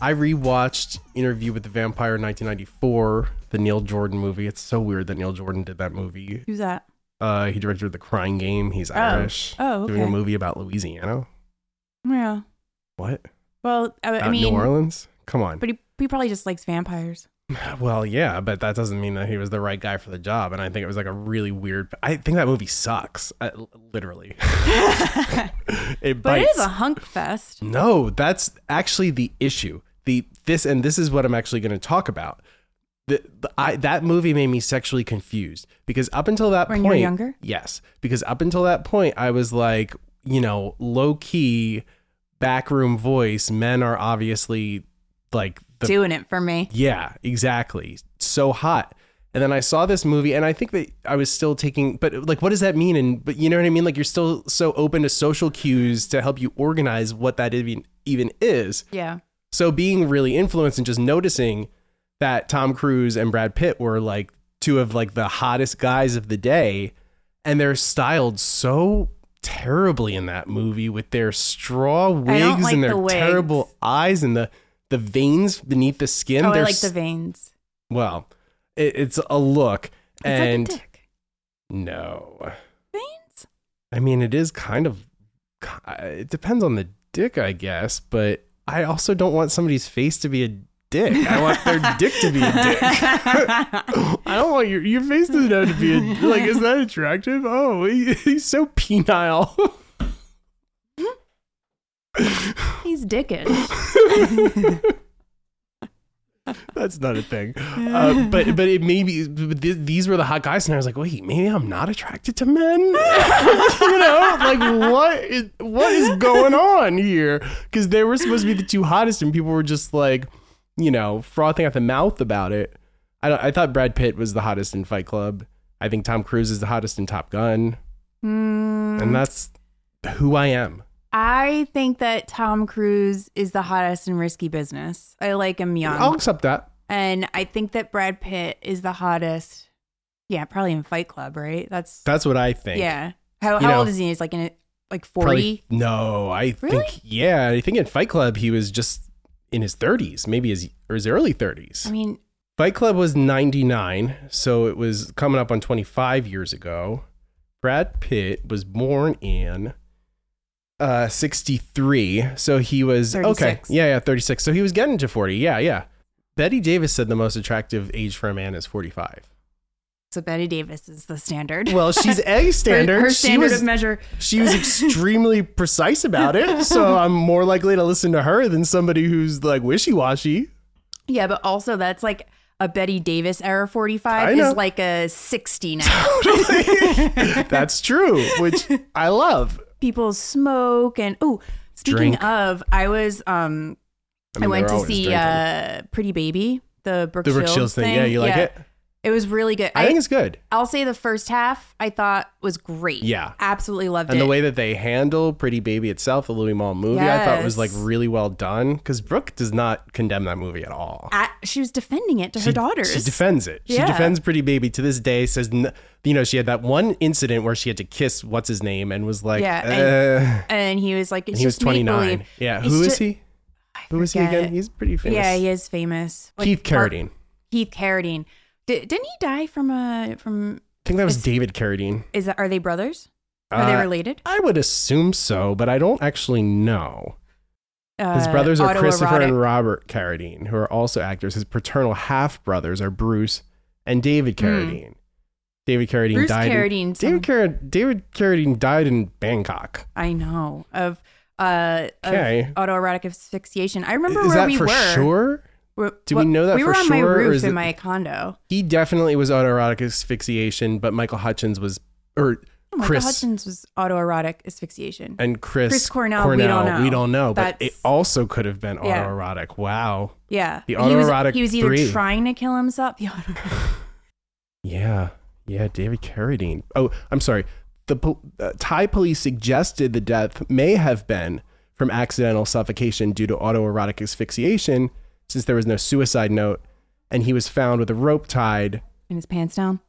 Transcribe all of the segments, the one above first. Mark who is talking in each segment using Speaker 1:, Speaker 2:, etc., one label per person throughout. Speaker 1: I rewatched Interview with the Vampire in 1994, the Neil Jordan movie. It's so weird that Neil Jordan did that movie.
Speaker 2: Who's that?
Speaker 1: Uh, he directed The Crying Game. He's Irish.
Speaker 2: Oh, okay.
Speaker 1: Doing a movie about Louisiana.
Speaker 2: Yeah.
Speaker 1: What?
Speaker 2: Well, I, I
Speaker 1: Out in New
Speaker 2: mean,
Speaker 1: Orleans? Come on. Uh,
Speaker 2: but he, he probably just likes vampires.
Speaker 1: Well, yeah, but that doesn't mean that he was the right guy for the job. And I think it was like a really weird. I think that movie sucks, I, literally. it
Speaker 2: But it
Speaker 1: bites.
Speaker 2: is a hunk fest.
Speaker 1: no, that's actually the issue. The this and this is what I'm actually going to talk about. The, the- I, that movie made me sexually confused because up until that
Speaker 2: When you
Speaker 1: point,
Speaker 2: were younger?
Speaker 1: yes, because up until that point, I was like, you know, low key, backroom voice. Men are obviously like the
Speaker 2: Doing it for me.
Speaker 1: yeah, exactly. So hot. And then I saw this movie, and I think that I was still taking, but like, what does that mean? And but you know what I mean? Like, you're still so open to social cues to help you organize what that even even is.
Speaker 2: Yeah.
Speaker 1: So being really influenced and just noticing that Tom Cruise and Brad Pitt were like two of like the hottest guys of the day, and they're styled so terribly in that movie with their straw wigs
Speaker 2: like
Speaker 1: and their
Speaker 2: the wigs.
Speaker 1: terrible eyes and the the veins beneath the skin.
Speaker 2: oh, I
Speaker 1: They're
Speaker 2: like
Speaker 1: s-
Speaker 2: the veins.
Speaker 1: well, it, it's a look, and
Speaker 2: it's like a dick.
Speaker 1: no,
Speaker 2: Veins?
Speaker 1: I mean it is kind of. It depends on the dick, I guess, but I also don't want somebody's face to be a dick. I want their dick to be a dick. I don't want your your face doesn't have to be a, like. Is that attractive? Oh, he- he's so penile.
Speaker 2: He's dickish.
Speaker 1: That's not a thing. Uh, but but it maybe th- these were the hot guys, and I was like, wait, maybe I'm not attracted to men. you know, like what is what is going on here? Because they were supposed to be the two hottest, and people were just like, you know, frothing at the mouth about it. I don't, I thought Brad Pitt was the hottest in Fight Club. I think Tom Cruise is the hottest in Top Gun,
Speaker 2: Mm,
Speaker 1: and that's who I am.
Speaker 2: I think that Tom Cruise is the hottest in risky business. I like him young.
Speaker 1: I'll accept that.
Speaker 2: And I think that Brad Pitt is the hottest. Yeah, probably in Fight Club, right? That's
Speaker 1: That's what I think.
Speaker 2: yeah. How,
Speaker 1: You
Speaker 2: how
Speaker 1: know,
Speaker 2: old is he? He's like in like
Speaker 1: Probably-
Speaker 2: forty.
Speaker 1: no, I
Speaker 2: Really?
Speaker 1: think yeah. I think in Fight Club he was just in his 30s, maybe his or his early 30s.
Speaker 2: I mean,
Speaker 1: Fight Club was 99, so it was coming up on 25 years ago. Brad Pitt was born in uh 63, so he was okay.
Speaker 2: 36.
Speaker 1: Yeah, yeah, 36. So he was getting to 40. Yeah, yeah. Betty Davis said the most attractive age for a man is 45.
Speaker 2: so Betty Davis is the standard.
Speaker 1: Well, she's a standard.
Speaker 2: Her, her
Speaker 1: she
Speaker 2: standard
Speaker 1: was
Speaker 2: of measure.
Speaker 1: she was extremely precise about it, so I'm more likely to listen to her than somebody who's like wishy washy.
Speaker 2: Yeah, but also that's like a Betty Davis era forty
Speaker 1: I
Speaker 2: five
Speaker 1: know.
Speaker 2: is like a sixty now.
Speaker 1: That's true, which I love.
Speaker 2: People smoke and oh, speaking
Speaker 1: Drink.
Speaker 2: of, I was um I,
Speaker 1: mean, they're
Speaker 2: went to
Speaker 1: always
Speaker 2: see
Speaker 1: drinking.
Speaker 2: uh Pretty Baby, the Brooke,
Speaker 1: the Brooke
Speaker 2: Shields,
Speaker 1: Shields thing. Yeah, you like it?
Speaker 2: It was really good.
Speaker 1: I, think it's good.
Speaker 2: I'll say the first half I thought was great.
Speaker 1: Yeah.
Speaker 2: Absolutely loved
Speaker 1: And
Speaker 2: it.
Speaker 1: the way that they handle Pretty Baby itself, the Louis Mall movie, I thought was like
Speaker 2: Yes.
Speaker 1: really well done because Brooke does not condemn that movie at all.
Speaker 2: I- she was defending it to her daughters.
Speaker 1: She defends it. She
Speaker 2: Yeah.
Speaker 1: defends Pretty Baby to this day. Says, n- you know, she had that one incident where she had to kiss what's his name and was like,
Speaker 2: Yeah,
Speaker 1: uh,
Speaker 2: and he was like, it's
Speaker 1: he was
Speaker 2: just
Speaker 1: 29.
Speaker 2: make-believe.
Speaker 1: Yeah.
Speaker 2: It's
Speaker 1: Who is
Speaker 2: just-
Speaker 1: he? Who is he
Speaker 2: forget.
Speaker 1: again? He's pretty famous.
Speaker 2: Yeah, he is famous. Like,
Speaker 1: Keith
Speaker 2: Mark-
Speaker 1: Carradine.
Speaker 2: Keith Carradine. Di- didn't he die from a from?
Speaker 1: I think that was David Carradine.
Speaker 2: Is that are they brothers? Are they
Speaker 1: Uh,
Speaker 2: related?
Speaker 1: I would assume so, but I don't actually know.
Speaker 2: Uh,
Speaker 1: His brothers are Christopher
Speaker 2: autoerotic.
Speaker 1: and Robert Carradine, who are also actors. His paternal half brothers are Bruce and David Carradine. David Carradine
Speaker 2: Hmm. Bruce
Speaker 1: died. in-
Speaker 2: Carradine. some-
Speaker 1: David, Carradine, David Carradine died in Bangkok.
Speaker 2: I know of uh of
Speaker 1: Okay.
Speaker 2: autoerotic asphyxiation. I remember
Speaker 1: Is
Speaker 2: where
Speaker 1: that
Speaker 2: we
Speaker 1: for
Speaker 2: were.
Speaker 1: sure?
Speaker 2: We're-
Speaker 1: Do we
Speaker 2: well,
Speaker 1: know that
Speaker 2: we
Speaker 1: for
Speaker 2: were on my
Speaker 1: sure, or is
Speaker 2: roof
Speaker 1: it-
Speaker 2: in my condo? Oh,
Speaker 1: He definitely was autoerotic asphyxiation, but Michael Hutchins was, or
Speaker 2: Oh, Michael
Speaker 1: Chris
Speaker 2: Hutchins was autoerotic asphyxiation.
Speaker 1: and Chris,
Speaker 2: Chris Cornell, we don't know.
Speaker 1: but
Speaker 2: That's-
Speaker 1: it also could have been
Speaker 2: Yeah.
Speaker 1: autoerotic. Wow.
Speaker 2: Yeah.
Speaker 1: The
Speaker 2: He was-
Speaker 1: autoerotic
Speaker 2: He was, either
Speaker 1: three.
Speaker 2: trying to kill himself. The autoerotic.
Speaker 1: Yeah, yeah, David Carradine. Oh, I'm sorry. The po- uh, Thai police suggested the death may have been from accidental suffocation due to autoerotic asphyxiation, since there was no suicide note, and he was found with a rope tied
Speaker 2: And his pants down.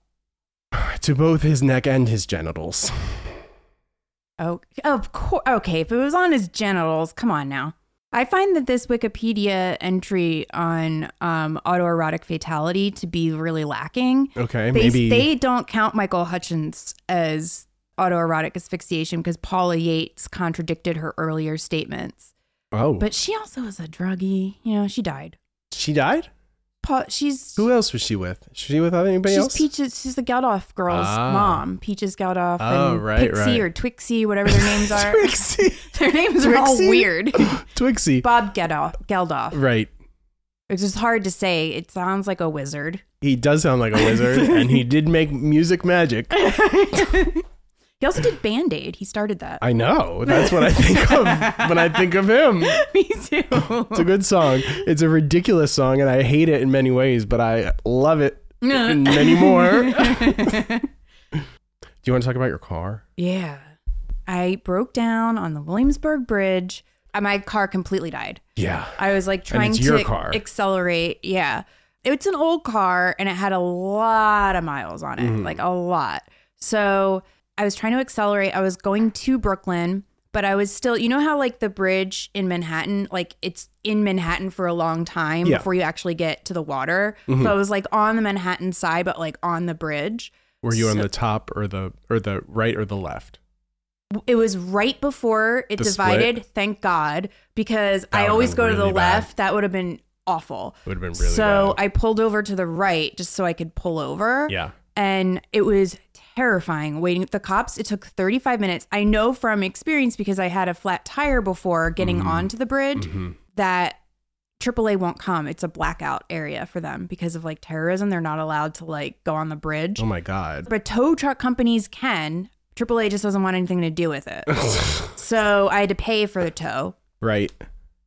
Speaker 1: to both his neck and his genitals.
Speaker 2: Oh, of course. Okay. If it was on his genitals, come on now. I find that this Wikipedia entry on um, autoerotic fatality to be really lacking.
Speaker 1: Okay,
Speaker 2: They,
Speaker 1: maybe
Speaker 2: they don't count Michael Hutchins as autoerotic asphyxiation because Paula Yates contradicted her earlier statements.
Speaker 1: Oh,
Speaker 2: But she also was a druggie. You know, she died.
Speaker 1: she died.
Speaker 2: Paul, she's
Speaker 1: Who else was she with? Was she with anybody
Speaker 2: she's
Speaker 1: else?
Speaker 2: Peaches. She's the Geldof girls'
Speaker 1: Ah.
Speaker 2: mom. Peaches Geldof
Speaker 1: Oh,
Speaker 2: and
Speaker 1: right,
Speaker 2: Pixie
Speaker 1: right.
Speaker 2: or Twixie, whatever their names are.
Speaker 1: Twixie.
Speaker 2: their names are all
Speaker 1: Twixie?
Speaker 2: weird.
Speaker 1: Twixie.
Speaker 2: Bob Geldof. Geldof.
Speaker 1: Right.
Speaker 2: It's just hard to say. It sounds like a wizard.
Speaker 1: He does sound like a wizard, and he did make music magic.
Speaker 2: He also did Band Aid. He started that.
Speaker 1: I know. That's what I think of when I think of him.
Speaker 2: Me too.
Speaker 1: It's a good song. It's a ridiculous song, and I hate it in many ways, but I love it in many more. Do you want to talk about your car?
Speaker 2: yeah. I broke down on the Williamsburg Bridge. Uh, My car completely died.
Speaker 1: Yeah.
Speaker 2: I was like trying
Speaker 1: it's your
Speaker 2: to
Speaker 1: car.
Speaker 2: accelerate. Yeah. It's an old car and it had a lot of miles on it, like
Speaker 1: Mm-hmm.
Speaker 2: a lot. So I was trying to accelerate. I was going to Brooklyn, but I was still, you know how like the bridge in Manhattan, like it's in Manhattan for a long time
Speaker 1: Yeah. Mm-hmm.
Speaker 2: before you actually get to the water. So I was like on the Manhattan side, but like on the bridge.
Speaker 1: Were you on the top or the or the right or the left?
Speaker 2: It was right before it
Speaker 1: The
Speaker 2: divided, thank God, because
Speaker 1: That
Speaker 2: I
Speaker 1: would've
Speaker 2: always
Speaker 1: been
Speaker 2: go to the
Speaker 1: really bad.
Speaker 2: left. That would have been awful.
Speaker 1: It would have been really
Speaker 2: so
Speaker 1: bad.
Speaker 2: I pulled over to the right just so I could pull over.
Speaker 1: yeah.
Speaker 2: And it was terrifying waiting. The cops, it took 35 minutes. I know from experience because I had a flat tire before getting
Speaker 1: Mm-hmm.
Speaker 2: onto the bridge that AAA won't come. It's a blackout area for them because of like terrorism. They're not allowed to like go on the bridge.
Speaker 1: Oh my god.
Speaker 2: But tow truck companies can. AAA just doesn't want anything to do with it. so I had to pay for the tow.
Speaker 1: Right.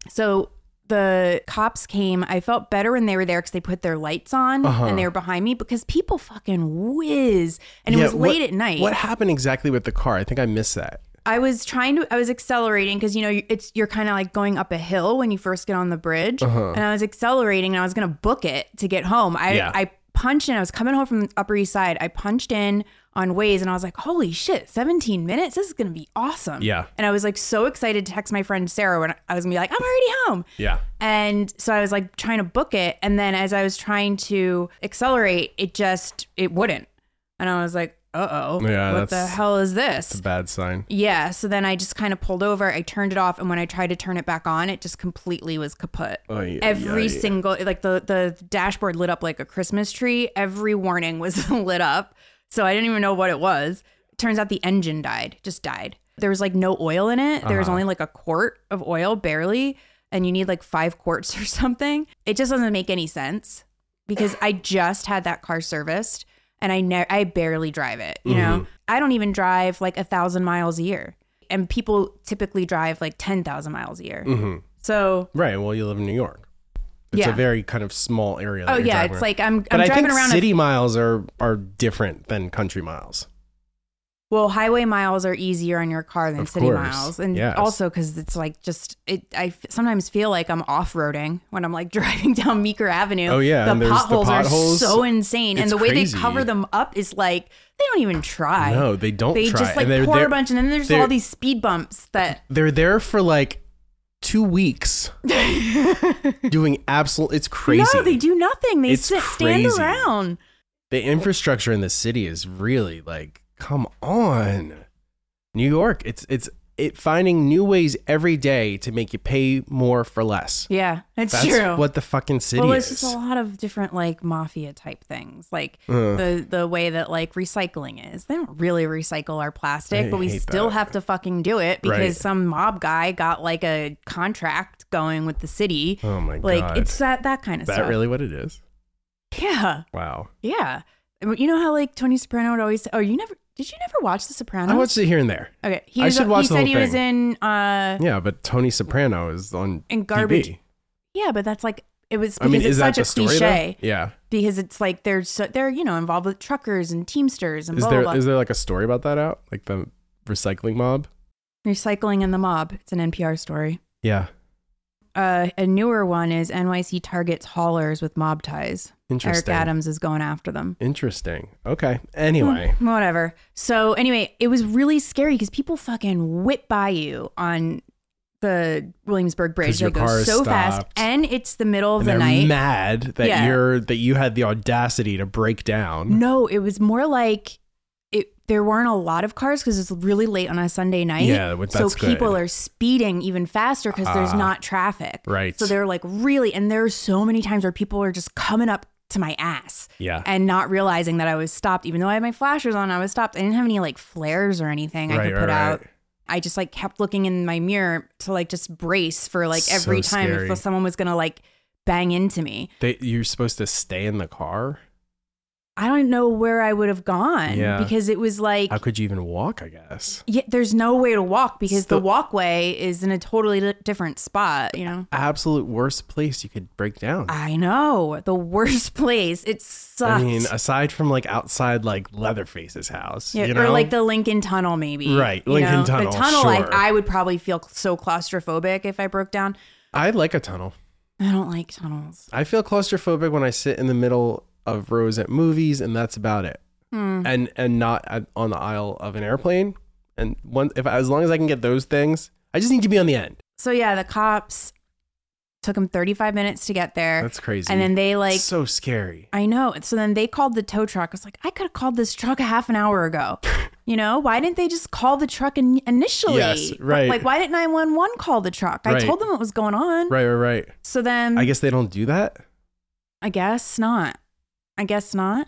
Speaker 2: So the cops came. I felt better when they were there because they put their lights on
Speaker 1: Uh-huh.
Speaker 2: and they were behind me because people fucking whiz. And it
Speaker 1: Yeah,
Speaker 2: was late
Speaker 1: what-
Speaker 2: at night.
Speaker 1: What happened exactly with the car? I think I missed that.
Speaker 2: I was trying to, I was accelerating because, you know, it's, you're kind of like going up a hill when you first get on the bridge. And I was accelerating and I was going to book it to get home. I,
Speaker 1: Uh-huh. Yeah.
Speaker 2: I punched in. I was coming home from the Upper East Side. I punched in on Waze and I was like, holy shit, 17 minutes? This is going to be awesome.
Speaker 1: Yeah.
Speaker 2: And I was like so excited to text my friend Sarah when I was going to be like, I'm already home.
Speaker 1: Yeah.
Speaker 2: And so I was like trying to book it. And then as I was trying to accelerate, it just, it wouldn't. And I was like, uh oh.
Speaker 1: Yeah,
Speaker 2: What the
Speaker 1: that's-
Speaker 2: hell is this?
Speaker 1: Bad sign.
Speaker 2: Yeah. So then I just kind of pulled over. I turned it off. And when I tried to turn it back on, it just completely was kaput.
Speaker 1: Oy,
Speaker 2: Every
Speaker 1: oy.
Speaker 2: single, like the, the dashboard lit up like a Christmas tree. Every warning was lit up. So I didn't even know what it was. Turns out the engine died, just died. There was like no oil in it. There was only like a quart of oil, barely. And you need like five quarts or something. It just doesn't make any sense because I just had that car serviced and I ne- I barely drive it. You know, I don't even drive like a thousand miles a year, and people typically drive like ten thousand miles a
Speaker 1: Mm.
Speaker 2: year.
Speaker 1: Mm-hmm.
Speaker 2: So,
Speaker 1: Right. Well, you live in New York. It's
Speaker 2: Yeah.
Speaker 1: a very kind of small area. that
Speaker 2: oh
Speaker 1: you're
Speaker 2: yeah,
Speaker 1: driving
Speaker 2: it's
Speaker 1: around.
Speaker 2: like I'm
Speaker 1: But
Speaker 2: I'm
Speaker 1: I
Speaker 2: driving
Speaker 1: think
Speaker 2: around.
Speaker 1: city miles are are different than country miles.
Speaker 2: a, well, highway miles are easier on your car than
Speaker 1: Of
Speaker 2: city
Speaker 1: course,
Speaker 2: miles, and
Speaker 1: yes.
Speaker 2: also because it's like just it. I f- sometimes feel like I'm off roading when I'm like driving down Meeker Avenue.
Speaker 1: Oh, yeah,
Speaker 2: the
Speaker 1: and there's the
Speaker 2: potholes,
Speaker 1: potholes.
Speaker 2: are so insane, and
Speaker 1: It's
Speaker 2: the way
Speaker 1: crazy.
Speaker 2: they cover them up is like they don't even try.
Speaker 1: No, they don't
Speaker 2: They
Speaker 1: try.
Speaker 2: just like
Speaker 1: and they're
Speaker 2: pour
Speaker 1: there,
Speaker 2: a bunch, and then there's
Speaker 1: they're-
Speaker 2: all these speed bumps that
Speaker 1: They're there for like two weeks, doing absolute. It's crazy.
Speaker 2: No, they do nothing. They
Speaker 1: It's
Speaker 2: sit,
Speaker 1: crazy.
Speaker 2: stand around.
Speaker 1: the infrastructure in the city is really like, come on, New York. It's it's it finding new ways every day to make you pay more for less.
Speaker 2: Yeah, it's
Speaker 1: That's
Speaker 2: true.
Speaker 1: what the fucking city
Speaker 2: well,
Speaker 1: is.
Speaker 2: it's just a lot of different like mafia type things, like
Speaker 1: Uh.
Speaker 2: the the way that like recycling is. They don't really recycle our plastic,
Speaker 1: I
Speaker 2: but we
Speaker 1: hate
Speaker 2: still
Speaker 1: that.
Speaker 2: have to fucking do it because
Speaker 1: Right.
Speaker 2: some mob guy got like a contract going with the city.
Speaker 1: oh my
Speaker 2: like
Speaker 1: god,
Speaker 2: it's that that kind of
Speaker 1: is that
Speaker 2: stuff.
Speaker 1: really what it is?
Speaker 2: yeah,
Speaker 1: Wow.
Speaker 2: yeah. You know how like Tony Soprano would always. Oh, you never did you never watch The Sopranos?
Speaker 1: I watched it here and there.
Speaker 2: okay, he
Speaker 1: I
Speaker 2: was,
Speaker 1: should watch
Speaker 2: he
Speaker 1: the
Speaker 2: said
Speaker 1: whole
Speaker 2: he was in uh
Speaker 1: Yeah, but Tony Soprano is on
Speaker 2: in garbage.
Speaker 1: TV.
Speaker 2: Yeah, but that's like it was
Speaker 1: I
Speaker 2: because
Speaker 1: mean,
Speaker 2: it's
Speaker 1: is that
Speaker 2: such
Speaker 1: the
Speaker 2: a
Speaker 1: story?
Speaker 2: cliche.
Speaker 1: though? Yeah.
Speaker 2: Because it's like they're so they're you know involved with truckers and teamsters and
Speaker 1: Is
Speaker 2: blah
Speaker 1: there is
Speaker 2: blah. blah.
Speaker 1: there like a story about that out? Like the recycling mob?
Speaker 2: Recycling and the mob. It's an NPR story.
Speaker 1: Yeah.
Speaker 2: Uh, a newer one is NYC targets haulers with mob ties. Eric
Speaker 1: Interesting.
Speaker 2: Adams is going after them.
Speaker 1: Interesting. Okay. Anyway.
Speaker 2: Hmm, whatever. So anyway, it was really scary because people fucking whip by you on the Williamsburg Bridge
Speaker 1: 'Cause your
Speaker 2: that goes
Speaker 1: car is
Speaker 2: so fast,
Speaker 1: stopped.
Speaker 2: and it's the middle of
Speaker 1: And
Speaker 2: the
Speaker 1: they're
Speaker 2: night.
Speaker 1: mad that
Speaker 2: Yeah.
Speaker 1: you're that you had the audacity to break down.
Speaker 2: no, it was more like it. There weren't a lot of cars because it's really late on a Sunday night.
Speaker 1: Yeah, but
Speaker 2: so
Speaker 1: that's good.
Speaker 2: people are speeding even faster because there's
Speaker 1: Ah,
Speaker 2: not traffic.
Speaker 1: right.
Speaker 2: So they're like really, and there's so many times where people are just coming up to my ass.
Speaker 1: Yeah.
Speaker 2: and not realizing that I was stopped, even though I had my flashers on, I was stopped. I didn't have any like flares or anything I
Speaker 1: Right,
Speaker 2: could
Speaker 1: right,
Speaker 2: put
Speaker 1: right.
Speaker 2: out. I just like kept looking in my mirror to like just brace for like
Speaker 1: So
Speaker 2: every time
Speaker 1: scary.
Speaker 2: if someone was gonna like bang into me.
Speaker 1: They, you're supposed to stay in the car.
Speaker 2: I don't know where I would have gone
Speaker 1: Yeah.
Speaker 2: because it was like
Speaker 1: How could you even walk? I guess.
Speaker 2: yeah, there's no way to walk because the
Speaker 1: Still-
Speaker 2: walkway is in a totally li- different spot, you know.
Speaker 1: Absolute worst place you could break down.
Speaker 2: I know the worst place. It sucks.
Speaker 1: I mean, aside from like outside like Leatherface's house,
Speaker 2: Yeah,
Speaker 1: you know,
Speaker 2: or like the Lincoln Tunnel, maybe.
Speaker 1: Right,
Speaker 2: you
Speaker 1: Lincoln
Speaker 2: know?
Speaker 1: Tunnel,
Speaker 2: The tunnel, like
Speaker 1: sure.
Speaker 2: I would probably feel so claustrophobic if I broke down.
Speaker 1: I like a tunnel.
Speaker 2: I don't like tunnels.
Speaker 1: I feel claustrophobic when I sit in the middle of rows at movies, and that's about it.
Speaker 2: Hmm.
Speaker 1: And and not at- on the aisle of an airplane. And one, if as long as I can get those things, I just need to be on the end.
Speaker 2: So yeah, the cops took them 35 minutes to get there,
Speaker 1: That's crazy.
Speaker 2: and then they like.
Speaker 1: so scary.
Speaker 2: I know. So then they called the tow truck. I was like, I could have called this truck a half an hour ago. You know, why didn't they just call the truck in- initially?
Speaker 1: Yes, right.
Speaker 2: Like, why didn't 911 call the truck? I
Speaker 1: Right.
Speaker 2: told them what was going on.
Speaker 1: Right, right, right.
Speaker 2: So then
Speaker 1: I guess they don't do that.
Speaker 2: I guess not. I guess not.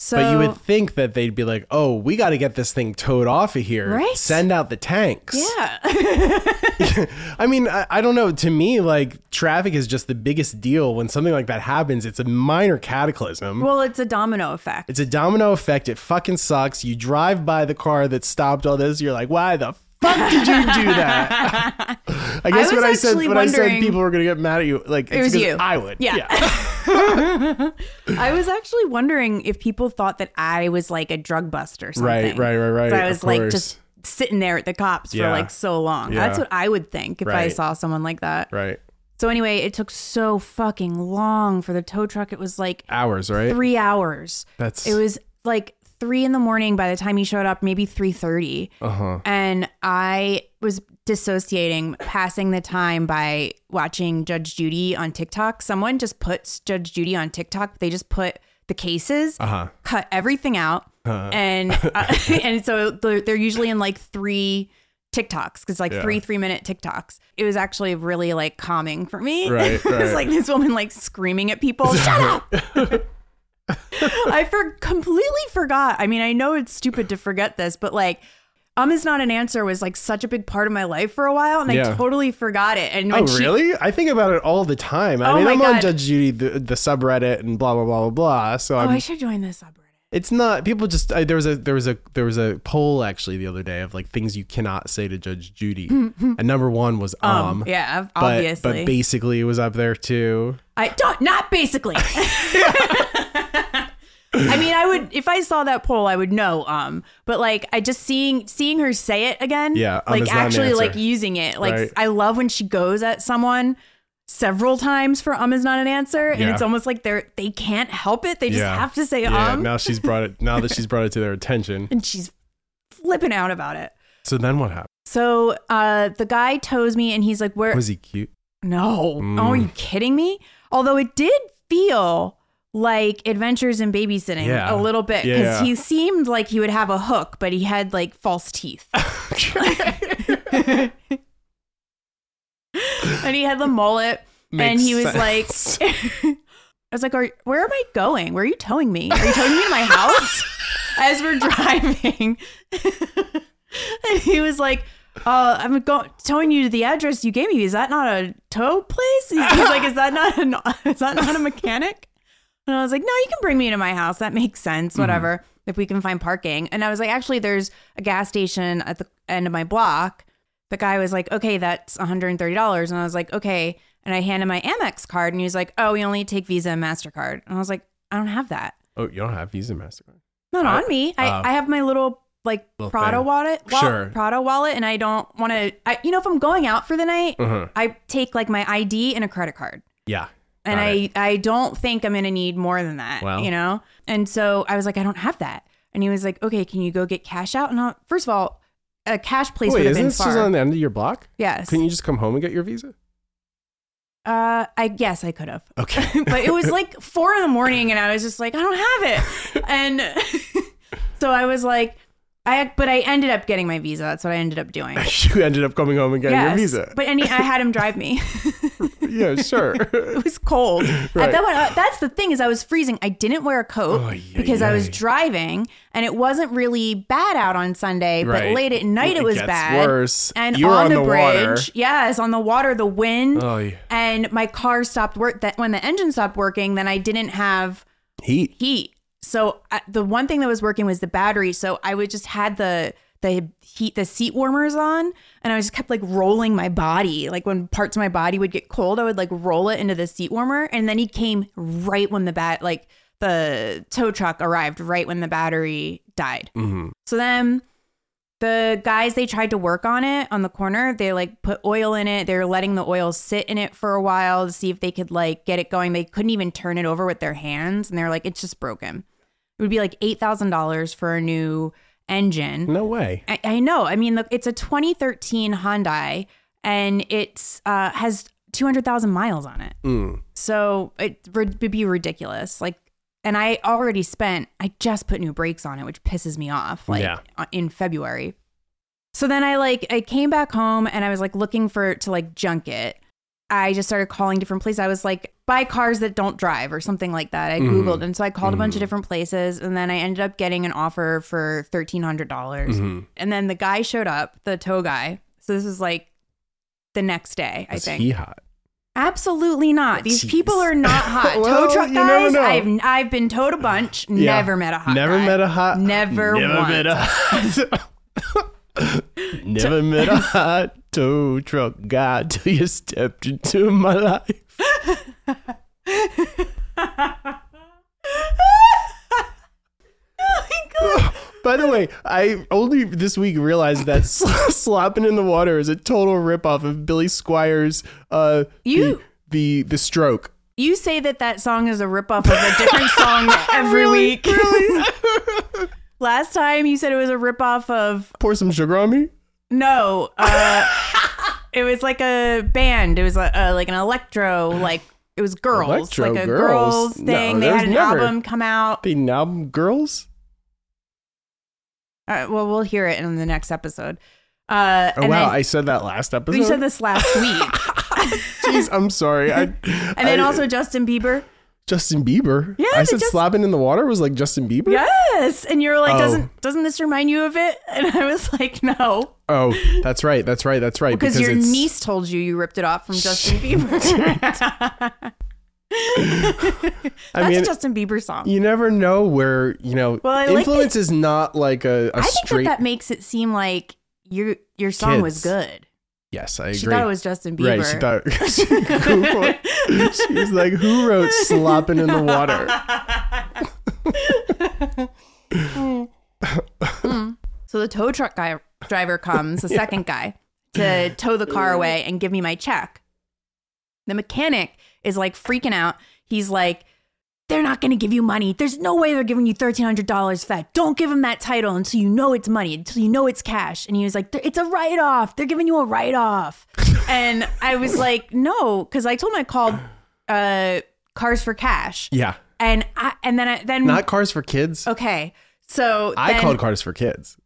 Speaker 2: So
Speaker 1: but you would think that they'd be like, "Oh, we got to get this thing towed off of here.
Speaker 2: Right.
Speaker 1: Send out the tanks."
Speaker 2: Yeah.
Speaker 1: I mean, I, I don't know. To me, like traffic is just the biggest deal. When something like that happens, it's a minor cataclysm.
Speaker 2: well, it's a domino effect.
Speaker 1: It's a domino effect. It fucking sucks. You drive by the car that stopped all this. You're like, why the fuck did you do that? I guess
Speaker 2: was
Speaker 1: when I said
Speaker 2: actually
Speaker 1: when I said
Speaker 2: wondering-
Speaker 1: people were gonna get mad at you, like it's
Speaker 2: was
Speaker 1: 'cause
Speaker 2: you.
Speaker 1: I would.
Speaker 2: Yeah. I was actually wondering if people thought that I was like a drug bust or something.
Speaker 1: Right, right, right, right.
Speaker 2: So I
Speaker 1: Of
Speaker 2: was like
Speaker 1: course.
Speaker 2: just sitting there at the cops
Speaker 1: Yeah.
Speaker 2: for like so long.
Speaker 1: Yeah.
Speaker 2: That's what I would think if I
Speaker 1: Right.
Speaker 2: saw someone like that.
Speaker 1: Right.
Speaker 2: So anyway, it took so fucking long for the tow truck. It was like
Speaker 1: Hours, right?
Speaker 2: three hours.
Speaker 1: That's
Speaker 2: It was like three in the morning by the time he showed up, maybe three thirty.
Speaker 1: uh huh.
Speaker 2: and I was dissociating, passing the time by watching Judge Judy on TikTok. Someone just puts Judge Judy on TikTok. They just put the cases,
Speaker 1: Uh-huh.
Speaker 2: cut everything out, and uh, and so they're, they're usually in like three TikToks because like
Speaker 1: Yeah.
Speaker 2: three three minute TikToks. It was actually really like calming for me.
Speaker 1: Right,
Speaker 2: it
Speaker 1: right.
Speaker 2: was like this woman like screaming at people, shut up. I for- completely forgot. I mean, I know it's stupid to forget this, but like, um is not an answer was like such a big part of my life for a while, and
Speaker 1: Yeah.
Speaker 2: I totally forgot it. And
Speaker 1: Oh
Speaker 2: when she-
Speaker 1: really? I think about it all the time. I
Speaker 2: Oh
Speaker 1: mean,
Speaker 2: my
Speaker 1: I'm on
Speaker 2: God.
Speaker 1: Judge Judy, the, the subreddit, and blah blah blah blah blah. So
Speaker 2: oh,
Speaker 1: I'm
Speaker 2: I should join this subreddit.
Speaker 1: It's not people just I, there was a there was a there was a poll actually the other day of like things you cannot say to Judge Judy, and number one was um.
Speaker 2: yeah,
Speaker 1: but,
Speaker 2: obviously.
Speaker 1: but basically it was up there too.
Speaker 2: I don't. Not basically. I mean, I would if I saw that poll, I would know. Um, but like, I just seeing seeing her say it again.
Speaker 1: Yeah, um
Speaker 2: like
Speaker 1: is not an
Speaker 2: actually,
Speaker 1: answer.
Speaker 2: like using it. Like,
Speaker 1: Right.
Speaker 2: I love when she goes at someone several times for um is not an answer, and
Speaker 1: Yeah.
Speaker 2: it's almost like they're they can't help it. They just
Speaker 1: Yeah.
Speaker 2: have to say
Speaker 1: Yeah,
Speaker 2: um,
Speaker 1: now she's brought it now that she's brought it to their attention.
Speaker 2: and she's flipping out about it.
Speaker 1: So then what happened?
Speaker 2: So uh, the guy tows me, and he's like, "Where?
Speaker 1: Was he cute?
Speaker 2: No. Oh, are you
Speaker 1: Mm.
Speaker 2: kidding me? Although it did feel like Adventures in Babysitting
Speaker 1: Yeah.
Speaker 2: a little bit because
Speaker 1: Yeah.
Speaker 2: he seemed like he would have a hook, but he had like false teeth. and he had the mullet, and
Speaker 1: Makes
Speaker 2: he was
Speaker 1: sense.
Speaker 2: like, I was like, are, where am I going? Where are you towing me? Are you towing me to my house? As we're driving. and he was like, uh, I'm going towing you to the address you gave me. Is that not a tow place? He's like, is that not an, is that not a mechanic? And I was like, no, you can bring me to my house. That makes sense. Whatever.
Speaker 1: Mm-hmm.
Speaker 2: If we can find parking. And I was like, actually, there's a gas station at the end of my block. The guy was like, okay, that's $130. And I was like, okay. And I handed my Amex card and he was like, oh, we only take Visa and MasterCard. And I was like, I don't have that.
Speaker 1: Oh, you don't have Visa Mastercard.
Speaker 2: Not
Speaker 1: I-
Speaker 2: on me. I,
Speaker 1: uh,
Speaker 2: I have my little like
Speaker 1: Little
Speaker 2: Prada
Speaker 1: thing.
Speaker 2: wallet, wa-
Speaker 1: Sure.
Speaker 2: Prada wallet, and I don't want to. I, you know, if I'm going out for the night,
Speaker 1: Uh-huh.
Speaker 2: I take like my ID and a credit card
Speaker 1: Yeah.
Speaker 2: and
Speaker 1: Got
Speaker 2: I,
Speaker 1: it.
Speaker 2: I don't think I'm gonna need more than that.
Speaker 1: Well.
Speaker 2: You know? And so I was like, I don't have that. And he was like, Okay, can you go get cash out? And I, first of all, a cash place
Speaker 1: Wait,
Speaker 2: would have
Speaker 1: isn't
Speaker 2: been
Speaker 1: this just
Speaker 2: far.
Speaker 1: on the end of your block?
Speaker 2: yes.
Speaker 1: Couldn't you just come home and get your visa?
Speaker 2: uh, I guess I could have.
Speaker 1: Okay.
Speaker 2: but it was like four in the morning and I was just like, I don't have it. And so I was like, I, but I ended up getting my visa. That's what I ended up doing.
Speaker 1: you ended up coming home and getting your visa.
Speaker 2: But any, I had him drive me.
Speaker 1: yeah, sure.
Speaker 2: it was cold. At that point, uh, that's the thing is I was freezing. I didn't wear a coat
Speaker 1: Oy, yay,
Speaker 2: because I was
Speaker 1: yay.
Speaker 2: driving, and it wasn't really bad out on Sunday,
Speaker 1: Right.
Speaker 2: but late at night it, was
Speaker 1: gets
Speaker 2: bad.
Speaker 1: worse.
Speaker 2: And
Speaker 1: You were
Speaker 2: on,
Speaker 1: on
Speaker 2: the,
Speaker 1: the
Speaker 2: bridge,
Speaker 1: water. Oh,
Speaker 2: yes, on the water, the wind,
Speaker 1: Oy.
Speaker 2: and my car stopped work. That when the engine stopped working, then I didn't have
Speaker 1: Heat.
Speaker 2: heat. So I, the one thing that was working was the battery. So I would just had the the heat the seat warmers on and I just kept like rolling my body. Like when parts of my body would get cold, I would like roll it into the seat warmer and then he came right when the bat like the tow truck arrived right when the battery died.
Speaker 1: Mhm.
Speaker 2: So then the guys they tried to work on it on the corner, they like put oil in it. They were letting the oil sit in it for a while to see if they could like get it going. They couldn't even turn it over with their hands and they're like it's just broken. It would be like $8,000 for a new engine.
Speaker 1: No way.
Speaker 2: I, I know. I mean, look, it's a 2013 Hyundai, and it's uh, has 200,000 miles on it.
Speaker 1: Mm.
Speaker 2: So it would be ridiculous. Like, and I already spent. I just put new brakes on it, which pisses me off. Like
Speaker 1: Yeah.
Speaker 2: uh, in February. So then I like I came back home and I was like looking for to like junk it. I just started calling different places. I was like, buy cars that don't drive or something like that. I
Speaker 1: Mhm.
Speaker 2: Googled. And so I called a bunch of different places. And then I ended up getting an offer for $1,300. dollars
Speaker 1: Mhm.
Speaker 2: and then the guy showed up, the tow guy. So this is like the next day, I
Speaker 1: Is
Speaker 2: think.
Speaker 1: he hot?
Speaker 2: Absolutely not. These
Speaker 1: Jeez.
Speaker 2: people are not hot.
Speaker 1: Well,
Speaker 2: tow truck
Speaker 1: you never
Speaker 2: guys.
Speaker 1: know.
Speaker 2: I've I've been towed a bunch.
Speaker 1: Yeah.
Speaker 2: Never met a hot.
Speaker 1: Never
Speaker 2: guy.
Speaker 1: met a hot.
Speaker 2: Never once.
Speaker 1: met a hot. Never met a hot tow truck guy till you stepped into my life. By the way, I only this week realized that sl- slopping in the water is a total ripoff of Billy Squire's uh
Speaker 2: You-
Speaker 1: the, the the stroke.
Speaker 2: You say that that song is a ripoff of a different song every week. Last time you said it was a ripoff of
Speaker 1: Pour some sugar on me.
Speaker 2: no. Uh, it was like a band. It was a, a, like an electro like it was girls
Speaker 1: Electro
Speaker 2: like a
Speaker 1: girls?
Speaker 2: girls,
Speaker 1: No,
Speaker 2: thing. they
Speaker 1: there's
Speaker 2: had an
Speaker 1: never-
Speaker 2: album come out.
Speaker 1: The numb girls.
Speaker 2: All right, Uh, well, we'll hear it in the next episode. Uh,
Speaker 1: Oh
Speaker 2: and
Speaker 1: wow,
Speaker 2: then-
Speaker 1: I said that last episode.
Speaker 2: you said this last week,
Speaker 1: Jeez, I'm sorry. I,
Speaker 2: and then also Justin Bieber.
Speaker 1: Justin Bieber.
Speaker 2: Yeah,
Speaker 1: I
Speaker 2: they
Speaker 1: said
Speaker 2: just-
Speaker 1: slopping in the water was like Justin Bieber.
Speaker 2: Yes, and you were like,
Speaker 1: Oh.
Speaker 2: doesn't doesn't this remind you of it? And I was like, no,
Speaker 1: Oh, that's right. That's right. That's right.
Speaker 2: because your
Speaker 1: it's-
Speaker 2: niece told you you ripped it off from Justin Bieber. That's
Speaker 1: I mean,
Speaker 2: a Justin Bieber song.
Speaker 1: you never know where you know.
Speaker 2: Well, I like
Speaker 1: influence is not like a, a
Speaker 2: I think
Speaker 1: straight.
Speaker 2: that that makes it seem like your your song was
Speaker 1: Kids.
Speaker 2: good.
Speaker 1: yes, I agree.
Speaker 2: She thought it was Justin Bieber.
Speaker 1: Right, she thought she Googled. she was like, "Who wrote slopping in the water?"
Speaker 2: So the tow truck guy driver comes, the second guy, to tow the car away and give me my check. The mechanic is like freaking out. He's like, they're not going to give you money. There's no way they're giving you $1,300 fat. Don't give them that title until you know it's money, until you know it's cash. And he was like, it's a write off. They're giving you a write off. and I was like, no, because I told him I called uh, Cars for Cash.
Speaker 1: Yeah,
Speaker 2: And I, and then I, then
Speaker 1: not cars for kids.
Speaker 2: okay, so
Speaker 1: I
Speaker 2: then-
Speaker 1: called cars for kids.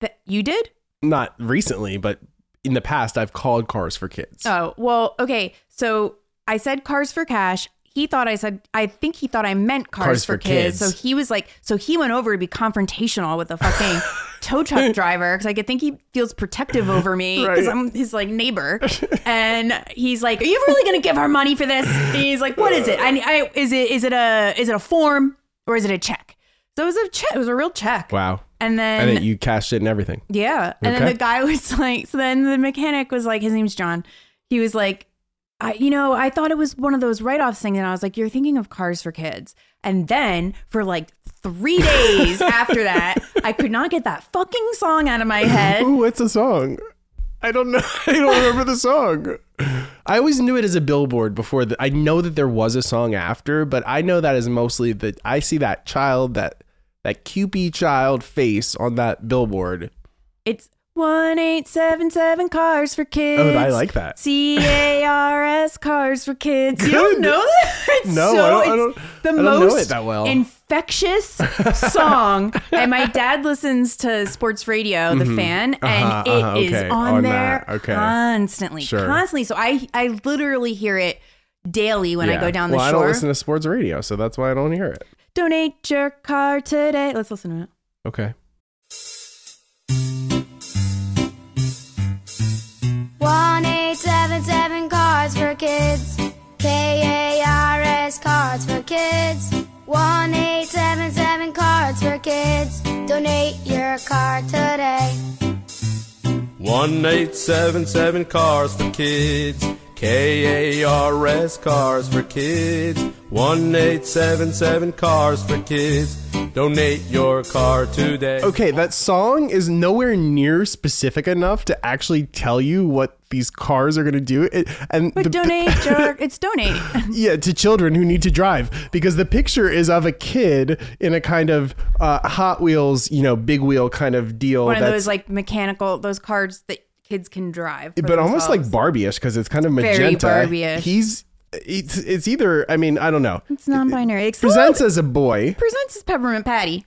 Speaker 2: Th- you did?
Speaker 1: Not recently, but in the past, I've called cars for kids.
Speaker 2: Oh, well, okay. So I said cars for cash. He thought I said, I think he thought I meant cars,
Speaker 1: Cars
Speaker 2: for,
Speaker 1: for
Speaker 2: kids.
Speaker 1: kids.
Speaker 2: So he was like, so he went over to be confrontational with the fucking tow truck driver because I could think he feels protective over me because
Speaker 1: Right.
Speaker 2: I'm his like neighbor. and he's like, are you really going to give her money for this? And he's like, what is it? I, I, is it, is it a, is it a form or is it a check? So it was a check. It was a real check.
Speaker 1: Wow,
Speaker 2: And then,
Speaker 1: and, then you cashed it and everything.
Speaker 2: Yeah. And
Speaker 1: Okay.
Speaker 2: then the guy was like, so then the mechanic was like, his name's John. He was like, I, you know, I thought it was one of those write offs things. And I was like, you're thinking of cars for kids. And then for like three days after that, I could not get that fucking song out of my head.
Speaker 1: Ooh, what's the song? I don't know. I don't remember the song. I always knew it as a billboard before. The, I know that there was a song after, but I know that is mostly that I see that child that that cupid child face on that billboard.
Speaker 2: It's one eight seven seven cars for kids.
Speaker 1: Oh, I like that.
Speaker 2: C A R S cars for kids. You
Speaker 1: Good.
Speaker 2: don't know that? It's
Speaker 1: No,
Speaker 2: so-
Speaker 1: I don't- I don't-
Speaker 2: it's The
Speaker 1: I don't know
Speaker 2: most
Speaker 1: it that well.
Speaker 2: infectious song. and my dad listens to sports radio, The Fan,
Speaker 1: Uh-huh,
Speaker 2: and it is
Speaker 1: uh-huh, okay,
Speaker 2: on,
Speaker 1: on
Speaker 2: there
Speaker 1: that, okay.
Speaker 2: constantly,
Speaker 1: Sure.
Speaker 2: constantly. So I I literally hear it daily when I
Speaker 1: Yeah.
Speaker 2: go down the
Speaker 1: well, I
Speaker 2: shore.
Speaker 1: don't listen to sports radio, so that's why I don't hear it.
Speaker 2: Donate your car today. Let's listen to it.
Speaker 1: Okay.
Speaker 3: One eight seven seven cars for kids. K A R S cards for kids. One eight seven seven cards for kids. Donate your car today.
Speaker 4: 1877 cars for kids. K A R S cars for kids. 1877 cars for kids. Donate your car today.
Speaker 1: Okay, that song is nowhere near specific enough to actually tell you what these cars are going to do. It, and
Speaker 2: But
Speaker 1: the-
Speaker 2: donate your it's donate.
Speaker 1: yeah, to children who need to drive because the picture is of a kid in a kind of uh, Hot Wheels, you know, big wheel kind of deal.
Speaker 2: One of
Speaker 1: that's-
Speaker 2: those like mechanical those cars that kids can drive. for
Speaker 1: but almost like
Speaker 2: themselves.
Speaker 1: Barbie-ish because it's kind of
Speaker 2: Very
Speaker 1: magenta.
Speaker 2: Barbie-ish.
Speaker 1: He's it's, it's either I mean I don't know.
Speaker 2: it's non-binary. It's
Speaker 1: Presents as a boy.
Speaker 2: presents as peppermint patty.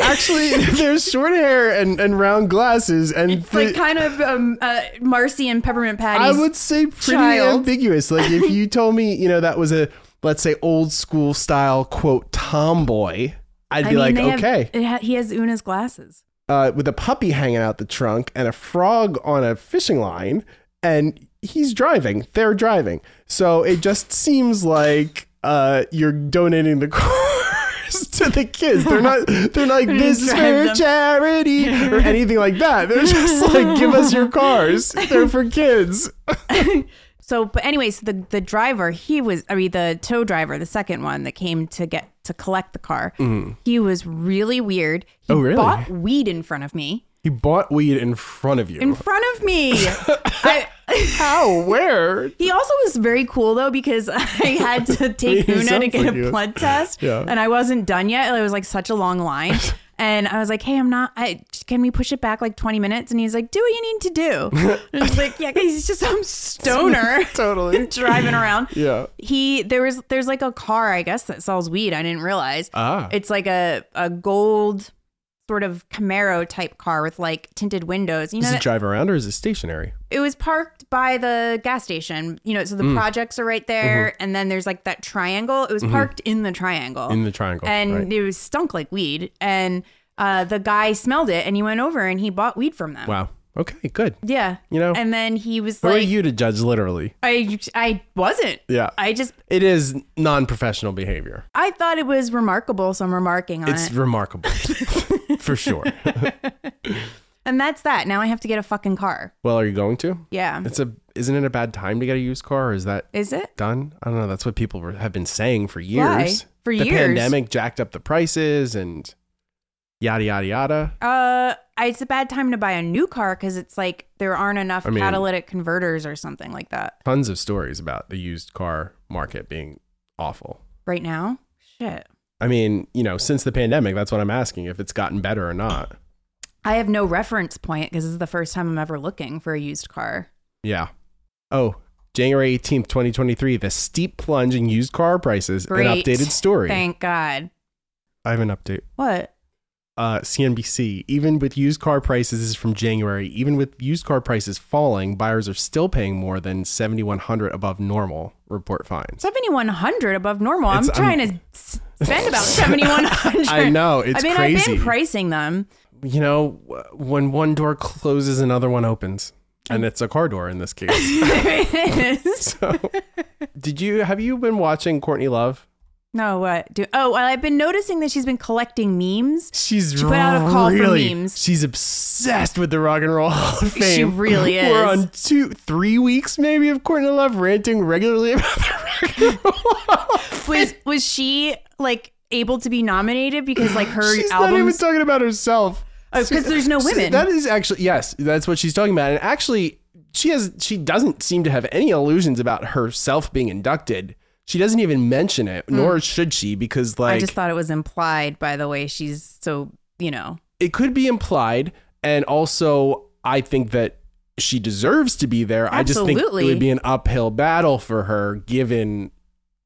Speaker 1: Actually, there's short hair and, and round glasses, and
Speaker 2: It's like
Speaker 1: the-
Speaker 2: kind of um, uh, Marcy and peppermint
Speaker 1: I
Speaker 2: patty's.
Speaker 1: would say pretty
Speaker 2: child.
Speaker 1: ambiguous. Like if you told me, you know, that was a let's say old school style quote tomboy, I'd
Speaker 2: I
Speaker 1: be
Speaker 2: mean,
Speaker 1: like,
Speaker 2: they have-
Speaker 1: okay,
Speaker 2: it ha- he has Una's glasses.
Speaker 1: uh, with a puppy hanging out the trunk and a frog on a fishing line, and he's driving. They're driving, so it just seems like uh, you're donating the cars to the kids. They're not. They're like this is for
Speaker 2: Drive them.
Speaker 1: charity or anything like that. They're just like give us your cars. They're for kids.
Speaker 2: So, but anyways, the the driver he was, I mean, the tow driver, the second one that came to get to collect the car, he was really weird. He
Speaker 1: Mm. Oh, really?
Speaker 2: Bought weed in front of me.
Speaker 1: He bought weed in front of you.
Speaker 2: In front of me. I,
Speaker 1: How? Where?
Speaker 2: He also was very cool though because I had to take
Speaker 1: He
Speaker 2: Una to
Speaker 1: sounds
Speaker 2: get
Speaker 1: like
Speaker 2: a
Speaker 1: you.
Speaker 2: blood test,
Speaker 1: Yeah.
Speaker 2: and I wasn't done yet. It was like such a long line, and I was like, "Hey, I'm not. I, can we push it back like 20 minutes?" And he's like, "Do what you need to do." And I was like, "Yeah, 'cause he's just some stoner
Speaker 1: Totally.
Speaker 2: driving around."
Speaker 1: Yeah.
Speaker 2: He there was there's like a car I guess that sells weed. I didn't realize.
Speaker 1: Ah.
Speaker 2: It's like a a gold sort of Camaro type car with like tinted windows. You know,
Speaker 1: Does it
Speaker 2: that-
Speaker 1: drive around or is it stationary?
Speaker 2: it was parked by the gas station. You know, so
Speaker 1: Mm.
Speaker 2: the projects are right there,
Speaker 1: Mm-hmm.
Speaker 2: and then there's like that triangle. It was parked in the triangle.
Speaker 1: In the triangle,
Speaker 2: And
Speaker 1: right.
Speaker 2: it was stunk like weed. And uh, the guy smelled it, and he went over and he bought weed from them.
Speaker 1: Wow. Okay, good.
Speaker 2: Yeah.
Speaker 1: You know,
Speaker 2: And then he was
Speaker 1: Who are
Speaker 2: like,
Speaker 1: you to judge literally?
Speaker 2: I, I wasn't.
Speaker 1: Yeah.
Speaker 2: I just,
Speaker 1: It is non professional behavior.
Speaker 2: I thought it was remarkable, so I'm remarking on
Speaker 1: It's
Speaker 2: it.
Speaker 1: remarkable. For sure.
Speaker 2: And that's that. Now I have to get a fucking car.
Speaker 1: Well, are you going to?
Speaker 2: Yeah.
Speaker 1: It's a isn't it a bad time to get a used car or is that
Speaker 2: Is it?
Speaker 1: done? I don't know. That's what people were, have been saying for years.
Speaker 2: Why? For
Speaker 1: the
Speaker 2: years.
Speaker 1: pandemic jacked up the prices and yada yada yada.
Speaker 2: Uh, it's a bad time to buy a new car because it's like there aren't enough
Speaker 1: I mean-
Speaker 2: catalytic converters or something like that
Speaker 1: Tons of stories about the used car market being awful.
Speaker 2: right now. Shit,
Speaker 1: I mean, you know, since the pandemic, that's what I'm asking if it's gotten better or not.
Speaker 2: I have no reference point because this is the first time I'm ever looking for a used car.
Speaker 1: Yeah. Oh, January 18th, 2023, the steep plunge in used car prices. An
Speaker 2: Great.
Speaker 1: updated story.
Speaker 2: Thank God.
Speaker 1: I have an update.
Speaker 2: What?
Speaker 1: Uh, CNBC, even with used car prices, this is from January, even with used car prices falling, buyers are still paying more than 7,100 above normal, report finds.
Speaker 2: Seventy one hundred above normal. I'm
Speaker 1: It's- I'm-
Speaker 2: trying to s- spend about seventy one hundred.
Speaker 1: I know, it's
Speaker 2: I mean, I've
Speaker 1: crazy.
Speaker 2: been pricing them.
Speaker 1: You know, w- when one door closes, another one opens.
Speaker 2: Mm.
Speaker 1: And it's a car door in this case. so, did you have you been watching Courtney Love?
Speaker 2: no, what? Do oh well, I've been noticing that she's been collecting memes.
Speaker 1: She's
Speaker 2: She put out a call for
Speaker 1: really,
Speaker 2: memes.
Speaker 1: She's obsessed with the Rock and Roll Hall of Fame.
Speaker 2: really is.
Speaker 1: We're on two, three weeks maybe of Courtney Love ranting regularly about the Rock and Roll Hall.
Speaker 2: Was was she like able to be nominated because like her
Speaker 1: She's
Speaker 2: albums?
Speaker 1: not even talking about herself.
Speaker 2: Oh, 'cause there's no
Speaker 1: So
Speaker 2: women.
Speaker 1: that is actually yes, that's what she's talking about. And actually, she has she doesn't seem to have any illusions about herself being inducted. She doesn't even mention it, nor should she, because like
Speaker 2: Hmm. I just thought it was implied by the way she's so, you know.
Speaker 1: it could be implied and also I think that she deserves to be there. I just think it
Speaker 2: Absolutely.
Speaker 1: would be an uphill battle for her given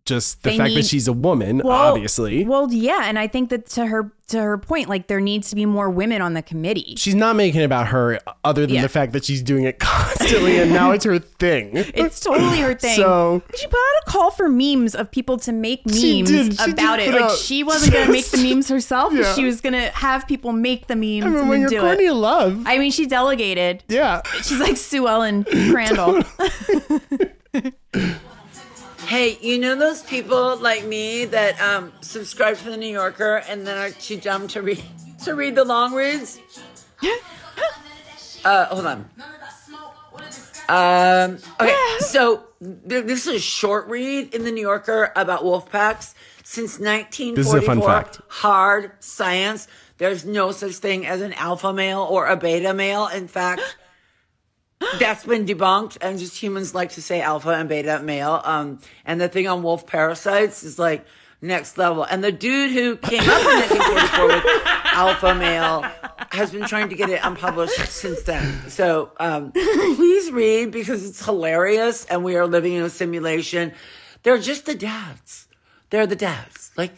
Speaker 1: just the
Speaker 2: They
Speaker 1: fact that
Speaker 2: need-
Speaker 1: she's a woman,
Speaker 2: Well-
Speaker 1: obviously.
Speaker 2: Well, yeah, and I think that to her to her point, like there needs to be more women on the committee.
Speaker 1: She's not making it about her other than
Speaker 2: Yeah.
Speaker 1: the fact that she's doing it constantly and now it's her thing.
Speaker 2: It's totally her thing.
Speaker 1: So-
Speaker 2: she put out a call for memes of people to make memes
Speaker 1: She did- she did
Speaker 2: about it.
Speaker 1: put
Speaker 2: Like
Speaker 1: out-
Speaker 2: she wasn't gonna make the memes herself.
Speaker 1: Yeah.
Speaker 2: She was gonna have people make the memes
Speaker 1: I mean,
Speaker 2: and
Speaker 1: when you're
Speaker 2: do
Speaker 1: Courtney
Speaker 2: it.
Speaker 1: Love.
Speaker 2: I mean, she delegated.
Speaker 1: yeah.
Speaker 2: She's like Sue Ellen Crandall.
Speaker 5: Hey, you know those people like me that um, subscribe to the New Yorker and then are too dumb to read to read the long reads? uh, hold on. Um, okay, so th- this is a short read in the New Yorker about wolf packs since 1944.
Speaker 1: is a fun fact.
Speaker 5: Hard science. There's no such thing as an alpha male or a beta male. In fact. That's been debunked, and just humans like to say alpha and beta male. Um, and the thing on wolf parasites is like next level. And the dude who came up in 1944 with alpha male has been trying to get it unpublished since then. So um, please read because it's hilarious, and we are living in a simulation. They're just the dads. They're the dads, like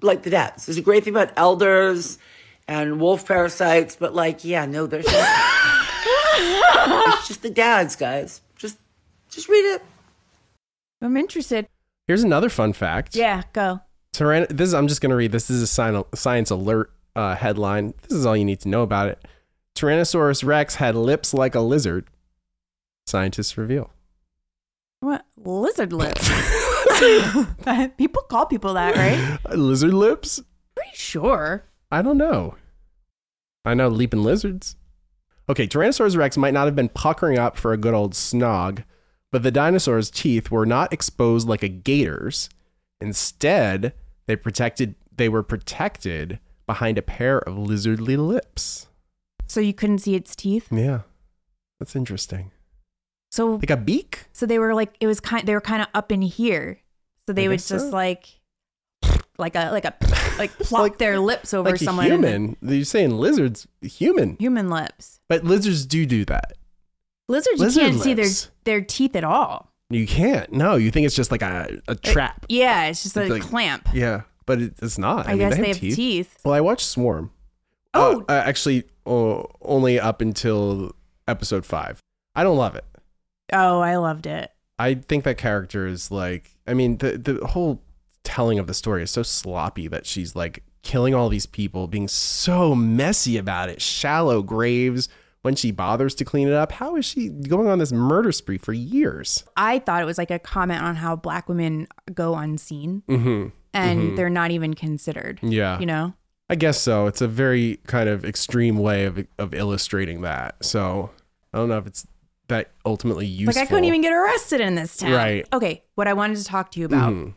Speaker 5: like the dads. There's a great thing about elders and wolf parasites, but like, yeah, no, there's. It's just the dads, guys. Just just read it.
Speaker 2: I'm interested.
Speaker 1: Here's another fun fact.
Speaker 2: Yeah, go.
Speaker 1: Tyrann- this is, I'm just going to read this. This is a sign- science alert uh, headline. This is all you need to know about it. Tyrannosaurus Rex had lips like a lizard. Scientists reveal.
Speaker 2: What lizard lips? people call people that, right?
Speaker 1: Uh, lizard lips?
Speaker 2: Pretty sure.
Speaker 1: I don't know. I know leaping lizards. Okay, Tyrannosaurus Rex might not have been puckering up for a good old snog, but the dinosaur's teeth were not exposed like a gator's. Instead, they protected they were protected behind a pair of lizardly lips.
Speaker 2: So you couldn't see its teeth.
Speaker 1: Yeah. That's interesting.
Speaker 2: So
Speaker 1: Like a beak?
Speaker 2: So they were like it was kind they were kind of up in here.
Speaker 1: I
Speaker 2: So they would
Speaker 1: guess
Speaker 2: just
Speaker 1: so.
Speaker 2: like like a like a like plop
Speaker 1: Like-
Speaker 2: their lips over
Speaker 1: like
Speaker 2: someone
Speaker 1: a
Speaker 2: and-
Speaker 1: human. You're saying lizards human.
Speaker 2: human lips.
Speaker 1: But lizards do do that.
Speaker 2: Lizards
Speaker 1: Lizard
Speaker 2: you can't see
Speaker 1: lips.
Speaker 2: their their teeth at all.
Speaker 1: You can't. No, you think it's just like a, a trap.
Speaker 2: Yeah, it's just a
Speaker 1: Like-
Speaker 2: clamp.
Speaker 1: Yeah, but it, it's not.
Speaker 2: I,
Speaker 1: mean,
Speaker 2: guess they have teeth.
Speaker 1: Well, I watched Swarm.
Speaker 2: Oh.
Speaker 1: uh, uh, actually, uh, only up until episode five. I don't love it.
Speaker 2: Oh, I loved it.
Speaker 1: I think that character is like. I mean, the the whole telling of the story is so sloppy that she's like killing all these people, being so messy about it, shallow graves. When she bothers to clean it up, how is she going on this murder spree for years?
Speaker 2: I thought it was like a comment on how black women go unseen
Speaker 1: Mm-hmm.
Speaker 2: and they're not even considered.
Speaker 1: Yeah.
Speaker 2: You know?
Speaker 1: I guess so. It's a very kind of extreme way of of illustrating that. So I don't know if it's that ultimately useful.
Speaker 2: Like I couldn't even get arrested in this town.
Speaker 1: Right.
Speaker 2: Okay. What I wanted to talk to you about.
Speaker 1: Mhm.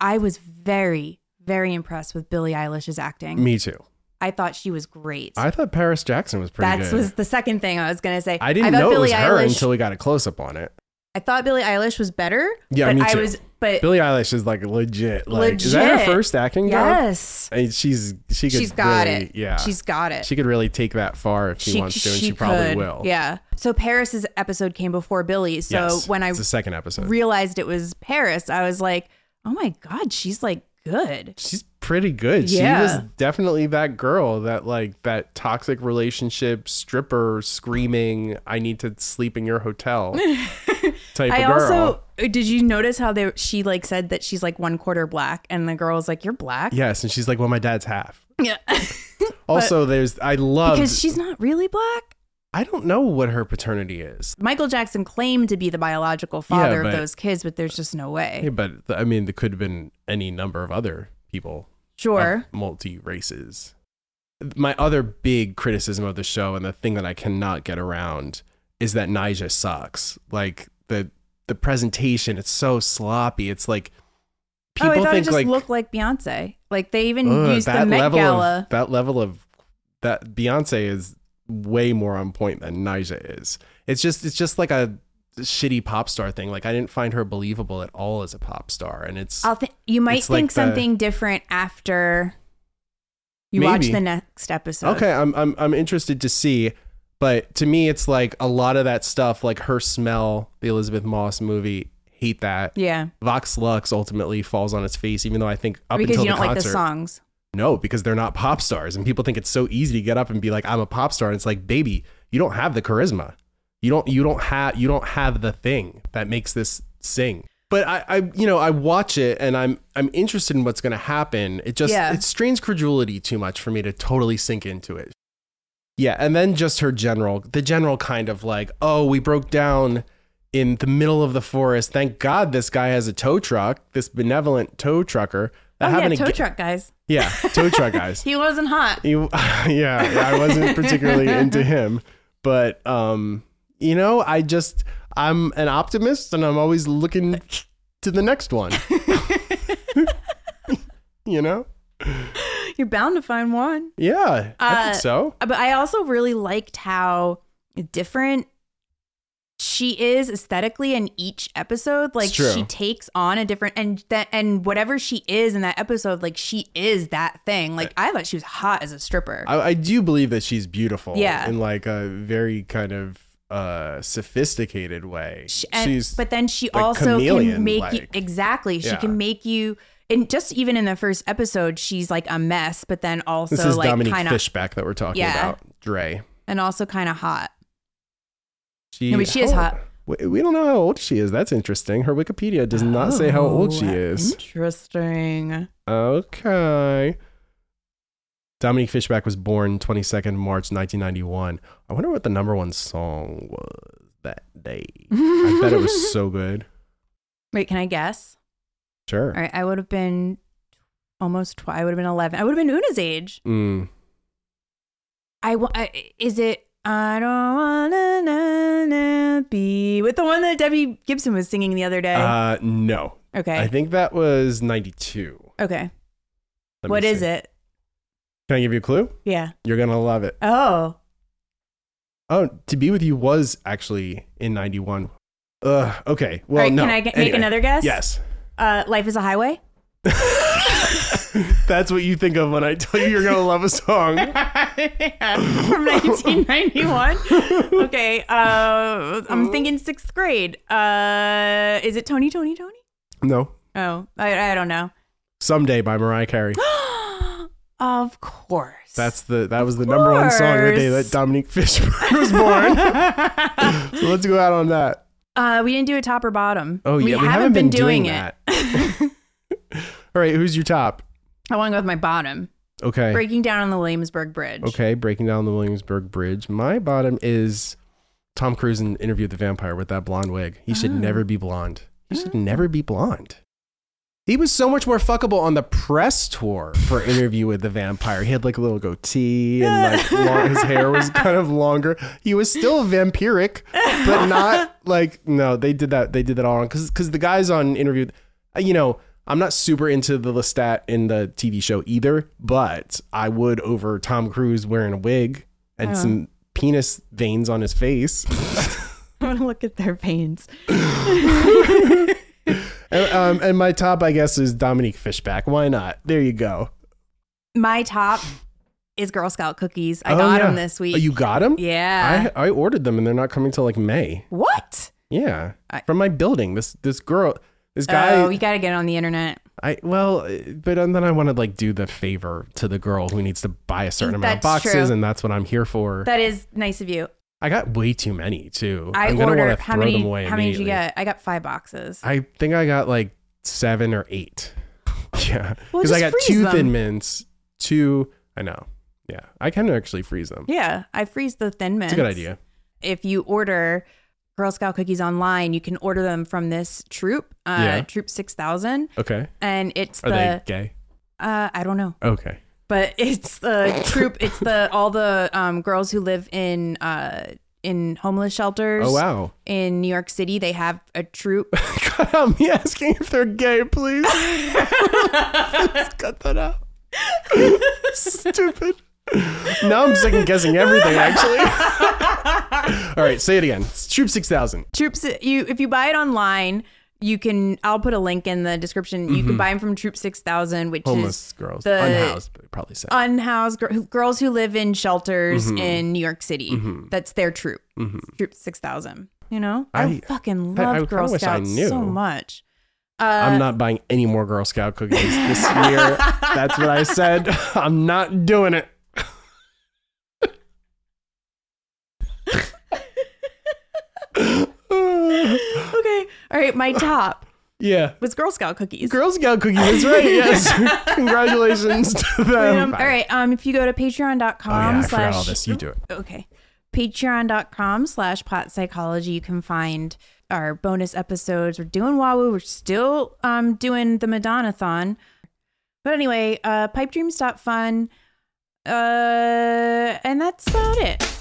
Speaker 2: I was very, very impressed with Billie Eilish's acting.
Speaker 1: Me too.
Speaker 2: I thought she was great.
Speaker 1: I thought Paris Jackson was pretty
Speaker 2: That
Speaker 1: good.
Speaker 2: was the second thing I was gonna say.
Speaker 1: I didn't
Speaker 2: thought
Speaker 1: know it was
Speaker 2: Billie
Speaker 1: her
Speaker 2: Eilish,
Speaker 1: until we got a close up on it.
Speaker 2: I thought Billie Eilish was better.
Speaker 1: Yeah,
Speaker 2: but
Speaker 1: me
Speaker 2: I
Speaker 1: too.
Speaker 2: was, but
Speaker 1: Billie Eilish is like legit. Like is that her
Speaker 2: Legit.
Speaker 1: first acting job?
Speaker 2: yes,
Speaker 1: I mean, she's she could
Speaker 2: she's got
Speaker 1: really-
Speaker 2: it.
Speaker 1: Yeah,
Speaker 2: she's got it.
Speaker 1: she could really take that far if she, wants to, and she, probably
Speaker 2: could.
Speaker 1: will.
Speaker 2: Yeah. So Paris's episode came before Billie's. So
Speaker 1: Yes.
Speaker 2: when I
Speaker 1: it's the second episode,
Speaker 2: realized it was Paris, I was like, oh my god, she's like good.
Speaker 1: she's pretty good. She
Speaker 2: Yeah.
Speaker 1: was definitely that girl that like that toxic relationship stripper screaming, "I need to sleep in your hotel" type
Speaker 2: I
Speaker 1: of girl.
Speaker 2: also uh, did you notice how they she like said that she's like one quarter black, and the girl was like, "You're black."
Speaker 1: yes, and she's like, "Well, my dad's half."
Speaker 2: Yeah.
Speaker 1: Also, there's I love
Speaker 2: because she's not really black.
Speaker 1: I don't know what her paternity is.
Speaker 2: Michael Jackson claimed to be the biological father
Speaker 1: but-
Speaker 2: of those kids, but there's just no way.
Speaker 1: Hey, but uh, th- I mean, there could have been any number of other people,
Speaker 2: sure. Oh,
Speaker 1: multi races. My other big criticism of the show and the thing that I cannot get around is that Nyjah sucks. Like the the presentation, it's so sloppy. It's like people
Speaker 2: oh, I thought
Speaker 1: think
Speaker 2: it just
Speaker 1: like
Speaker 2: looked like Beyonce. Like they even
Speaker 1: ugh,
Speaker 2: used the
Speaker 1: that
Speaker 2: Met
Speaker 1: level
Speaker 2: Gala.
Speaker 1: of that level of that Beyonce is way more on point than Nyjah is. It's just it's just like a shitty pop star thing. Like I didn't find her believable at all as a pop star, and it's
Speaker 2: I'll th- you might
Speaker 1: It's like
Speaker 2: think
Speaker 1: the-
Speaker 2: something different after you watch
Speaker 1: Maybe.
Speaker 2: the next episode.
Speaker 1: Okay, I'm I'm I'm interested to see. But to me, it's like a lot of that stuff, like her smell, the Elizabeth Moss movie, hate that.
Speaker 2: Yeah.
Speaker 1: Vox Lux ultimately falls on its face, even though I think up
Speaker 2: because
Speaker 1: until
Speaker 2: you
Speaker 1: the
Speaker 2: don't
Speaker 1: concert,
Speaker 2: like the songs.
Speaker 1: no, because they're not pop stars, and people think it's so easy to get up and be like, "I'm a pop star," and it's like, baby, you don't have the charisma, you don't, you don't have, you don't have the thing that makes this sing. But I, I, you know, I watch it and I'm, I'm interested in what's going to happen. It just,
Speaker 2: Yeah.
Speaker 1: it strains credulity too much for me to totally sink into it. Yeah, and then just her general, the general kind of like, oh, we broke down in the middle of the forest. Thank God this guy has a tow truck, this benevolent tow trucker. That
Speaker 2: Oh yeah,
Speaker 1: happened
Speaker 2: tow
Speaker 1: aga-
Speaker 2: truck guys.
Speaker 1: Yeah, tow truck guys.
Speaker 2: He wasn't hot.
Speaker 1: He- yeah, yeah, I wasn't particularly into him, but um, you know, I just I'm an optimist, and I'm always looking to the next one. you know,
Speaker 2: You're bound to find one.
Speaker 1: yeah, I think
Speaker 2: Uh,
Speaker 1: so.
Speaker 2: Uh, But I also really liked how different she is aesthetically in each episode. Like
Speaker 1: true.
Speaker 2: she takes on a different and that and whatever she is in that episode, like she is that thing. Like I thought she was hot as a stripper.
Speaker 1: I, I do believe that she's beautiful,
Speaker 2: Yeah.
Speaker 1: in like a very kind of uh sophisticated way.
Speaker 2: She- and-
Speaker 1: she's
Speaker 2: but then she
Speaker 1: like
Speaker 2: also
Speaker 1: chameleon,
Speaker 2: can make you
Speaker 1: like.
Speaker 2: exactly. She
Speaker 1: Yeah.
Speaker 2: can make you and just even in the first episode, she's like a mess, but then also
Speaker 1: this is
Speaker 2: like
Speaker 1: Dominique
Speaker 2: kind of
Speaker 1: Fishback that we're talking
Speaker 2: Yeah.
Speaker 1: about, Dre.
Speaker 2: and also kind of hot.
Speaker 1: She,
Speaker 2: No, but she is
Speaker 1: how-
Speaker 2: hot.
Speaker 1: We, we don't know how old she is. That's interesting. Her Wikipedia does not say how old she
Speaker 2: Oh,
Speaker 1: is.
Speaker 2: Interesting.
Speaker 1: Okay. Dominique Fishback was born 22nd March 1991. I wonder what the number one song was that day. I bet it was so good.
Speaker 2: Wait, can I guess?
Speaker 1: Sure.
Speaker 2: All right, I would have been almost. Tw- I would have been eleven. I would have been Una's age.
Speaker 1: Mm.
Speaker 2: I, wa- I is it? I don't wanna na- na- be with the one that Debbie Gibson was singing the other day.
Speaker 1: Uh, no.
Speaker 2: okay,
Speaker 1: I think that was 92.
Speaker 2: okay.
Speaker 1: Let me
Speaker 2: What is
Speaker 1: see.
Speaker 2: it?
Speaker 1: Can I give you a clue?
Speaker 2: Yeah.
Speaker 1: You're going to love it.
Speaker 2: Oh,
Speaker 1: Oh, To Be With You was actually in 91. Ugh, okay. Well,
Speaker 2: right,
Speaker 1: no.
Speaker 2: can I get- make
Speaker 1: Anyway.
Speaker 2: another guess?
Speaker 1: Yes.
Speaker 2: uh, Life is a Highway.
Speaker 1: That's what you think of when I tell you you're going to love a song.
Speaker 2: from 1991. Okay, uh, I'm thinking sixth grade. Uh, is it Tony, Tony, Tony?
Speaker 1: No.
Speaker 2: Oh, I, I don't know.
Speaker 1: Someday by Mariah Carey.
Speaker 2: Of course.
Speaker 1: That's the that was the number one song the day
Speaker 2: course.
Speaker 1: that Dominique Fishburne was born. so let's go out on that.
Speaker 2: uh, we didn't do a top or bottom.
Speaker 1: Oh yeah, we haven't been, doing, that. All right, who's your top?
Speaker 2: I want to go with my bottom.
Speaker 1: Okay.
Speaker 2: Breaking down on the Williamsburg Bridge.
Speaker 1: Okay, breaking down the Williamsburg Bridge. My bottom is Tom Cruise in Interview with the Vampire with that blonde wig. He should never be blonde. He should never be blonde. He was so much more fuckable on the press tour for Interview with the Vampire. He had like a little goatee and like long, his hair was kind of longer. He was still vampiric, but not like no. They did that. They did that all wrong because because the guys on Interview, uh, you know, I'm not super into the Lestat in the TV show either, but I would over Tom Cruise wearing a wig and some penis veins on his face.
Speaker 2: I want to look at their veins.
Speaker 1: and, um, and my top, I guess, is Dominique Fishback. Why not? There you go.
Speaker 2: My top is Girl Scout cookies. I
Speaker 1: Oh,
Speaker 2: got
Speaker 1: yeah.
Speaker 2: them this week.
Speaker 1: Oh, you got them?
Speaker 2: Yeah.
Speaker 1: I, I ordered them and they're not coming till like May.
Speaker 2: what?
Speaker 1: Yeah.
Speaker 2: I-
Speaker 1: From my building. This this girl, this guy.
Speaker 2: oh, you got to get on the internet.
Speaker 1: I well, uh, but and then I want to like do the favor to the girl who needs to buy a certain amount of
Speaker 2: That's
Speaker 1: boxes,
Speaker 2: true.
Speaker 1: and that's what I'm here for.
Speaker 2: That is nice of you.
Speaker 1: I got way too many too.
Speaker 2: I
Speaker 1: am gonna want
Speaker 2: ordered
Speaker 1: to
Speaker 2: how
Speaker 1: throw
Speaker 2: many?
Speaker 1: them away.
Speaker 2: How many did you
Speaker 1: immediately.
Speaker 2: get? I got five boxes.
Speaker 1: I think I got like seven or eight. Yeah, because
Speaker 2: Well,
Speaker 1: I
Speaker 2: just
Speaker 1: got
Speaker 2: freeze
Speaker 1: two
Speaker 2: them.
Speaker 1: thin mints, two. I know. Yeah, I can actually freeze them.
Speaker 2: yeah, I freeze the thin mints.
Speaker 1: It's a good idea.
Speaker 2: if you order Girl Scout cookies online, you can order them from this troop, uh,
Speaker 1: Yeah.
Speaker 2: Troop 6000.
Speaker 1: Okay.
Speaker 2: And it's
Speaker 1: Are they
Speaker 2: the,
Speaker 1: gay?
Speaker 2: uh, I don't know,
Speaker 1: Okay.
Speaker 2: but it's the troop, it's the, all the um, girls who live in, uh, in homeless shelters
Speaker 1: Oh wow.
Speaker 2: in New York City, they have a troop.
Speaker 1: Cut out me asking if they're gay, please. please cut that out. Stupid. Now I'm second guessing everything, actually. All right, say it again. It's Troop 6000.
Speaker 2: Troops, you if you buy it online, you can. I'll put a link in the description. You can buy them from Troop Six Thousand, which
Speaker 1: Mm-hmm. Homeless
Speaker 2: is
Speaker 1: girls,
Speaker 2: the- uh,
Speaker 1: unhoused, but probably say.
Speaker 2: unhoused gr- girls who live in shelters
Speaker 1: Mm-hmm.
Speaker 2: in New York City. That's their troop, Troop Six Thousand. You know, I,
Speaker 1: I-
Speaker 2: fucking
Speaker 1: I- I
Speaker 2: love
Speaker 1: kinda
Speaker 2: Girl
Speaker 1: wish I
Speaker 2: Scouts
Speaker 1: knew.
Speaker 2: so much.
Speaker 1: I'm not buying any more Girl Scout cookies this year. That's what I said. I'm not doing it.
Speaker 2: Uh, Okay, all right. My top
Speaker 1: yeah.
Speaker 2: was Girl Scout cookies.
Speaker 1: Girl Scout cookies, that's right. Yes. Congratulations to them.
Speaker 2: Um, all right. Um, if you go to patreon.com
Speaker 1: Oh, yeah, I forgot
Speaker 2: slash
Speaker 1: all this. You do it.
Speaker 2: Okay. Patreon.com slash pot psychology. You can find our bonus episodes. We're doing Wawu. We're still um doing the Madonna thon. But anyway, uh pipedreams.fun. Uh and that's about it.